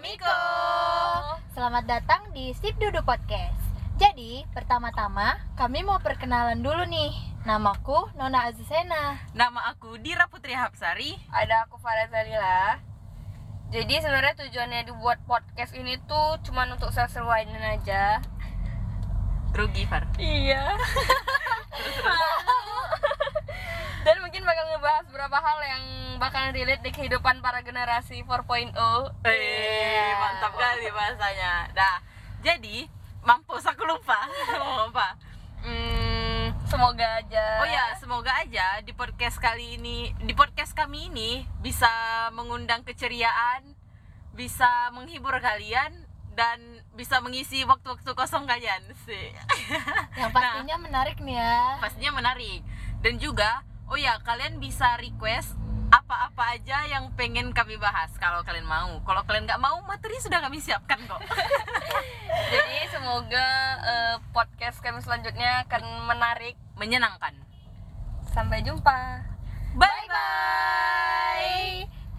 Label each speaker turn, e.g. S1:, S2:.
S1: Niko.
S2: Selamat datang di Sip Dudu Podcast. Jadi, pertama-tama kami mau perkenalan dulu nih. Namaku Nona Azizena.
S1: Nama aku Dira Putri Hapsari.
S3: ada aku Farah Zarila. Jadi sebenarnya tujuannya dibuat podcast ini tuh cuman untuk seru-seruan aja.
S1: Rugi Far.
S3: Iya. Dan mungkin bakal ngebahas beberapa hal yang bakalan relate di kehidupan para generasi oh. 4.0. Iya.
S1: Eh, mantap kali bahasanya. Dah. Jadi, mampus aku lupa. Mau apa? Hmm,
S3: Semoga aja.
S1: Oh ya, semoga aja di podcast kali ini, di podcast kami ini bisa mengundang keceriaan, bisa menghibur kalian dan bisa mengisi waktu-waktu kosong kalian sih.
S2: Yang pastinya menarik nih ya.
S1: Pastinya menarik. Dan juga, oh ya, kalian bisa request apa-apa aja yang pengen kami bahas kalau kalian mau. Kalau kalian nggak mau, materi sudah kami siapkan kok.
S3: Jadi semoga eh, podcast kami selanjutnya akan menarik.
S1: Menyenangkan.
S3: Sampai jumpa.
S1: Bye bye.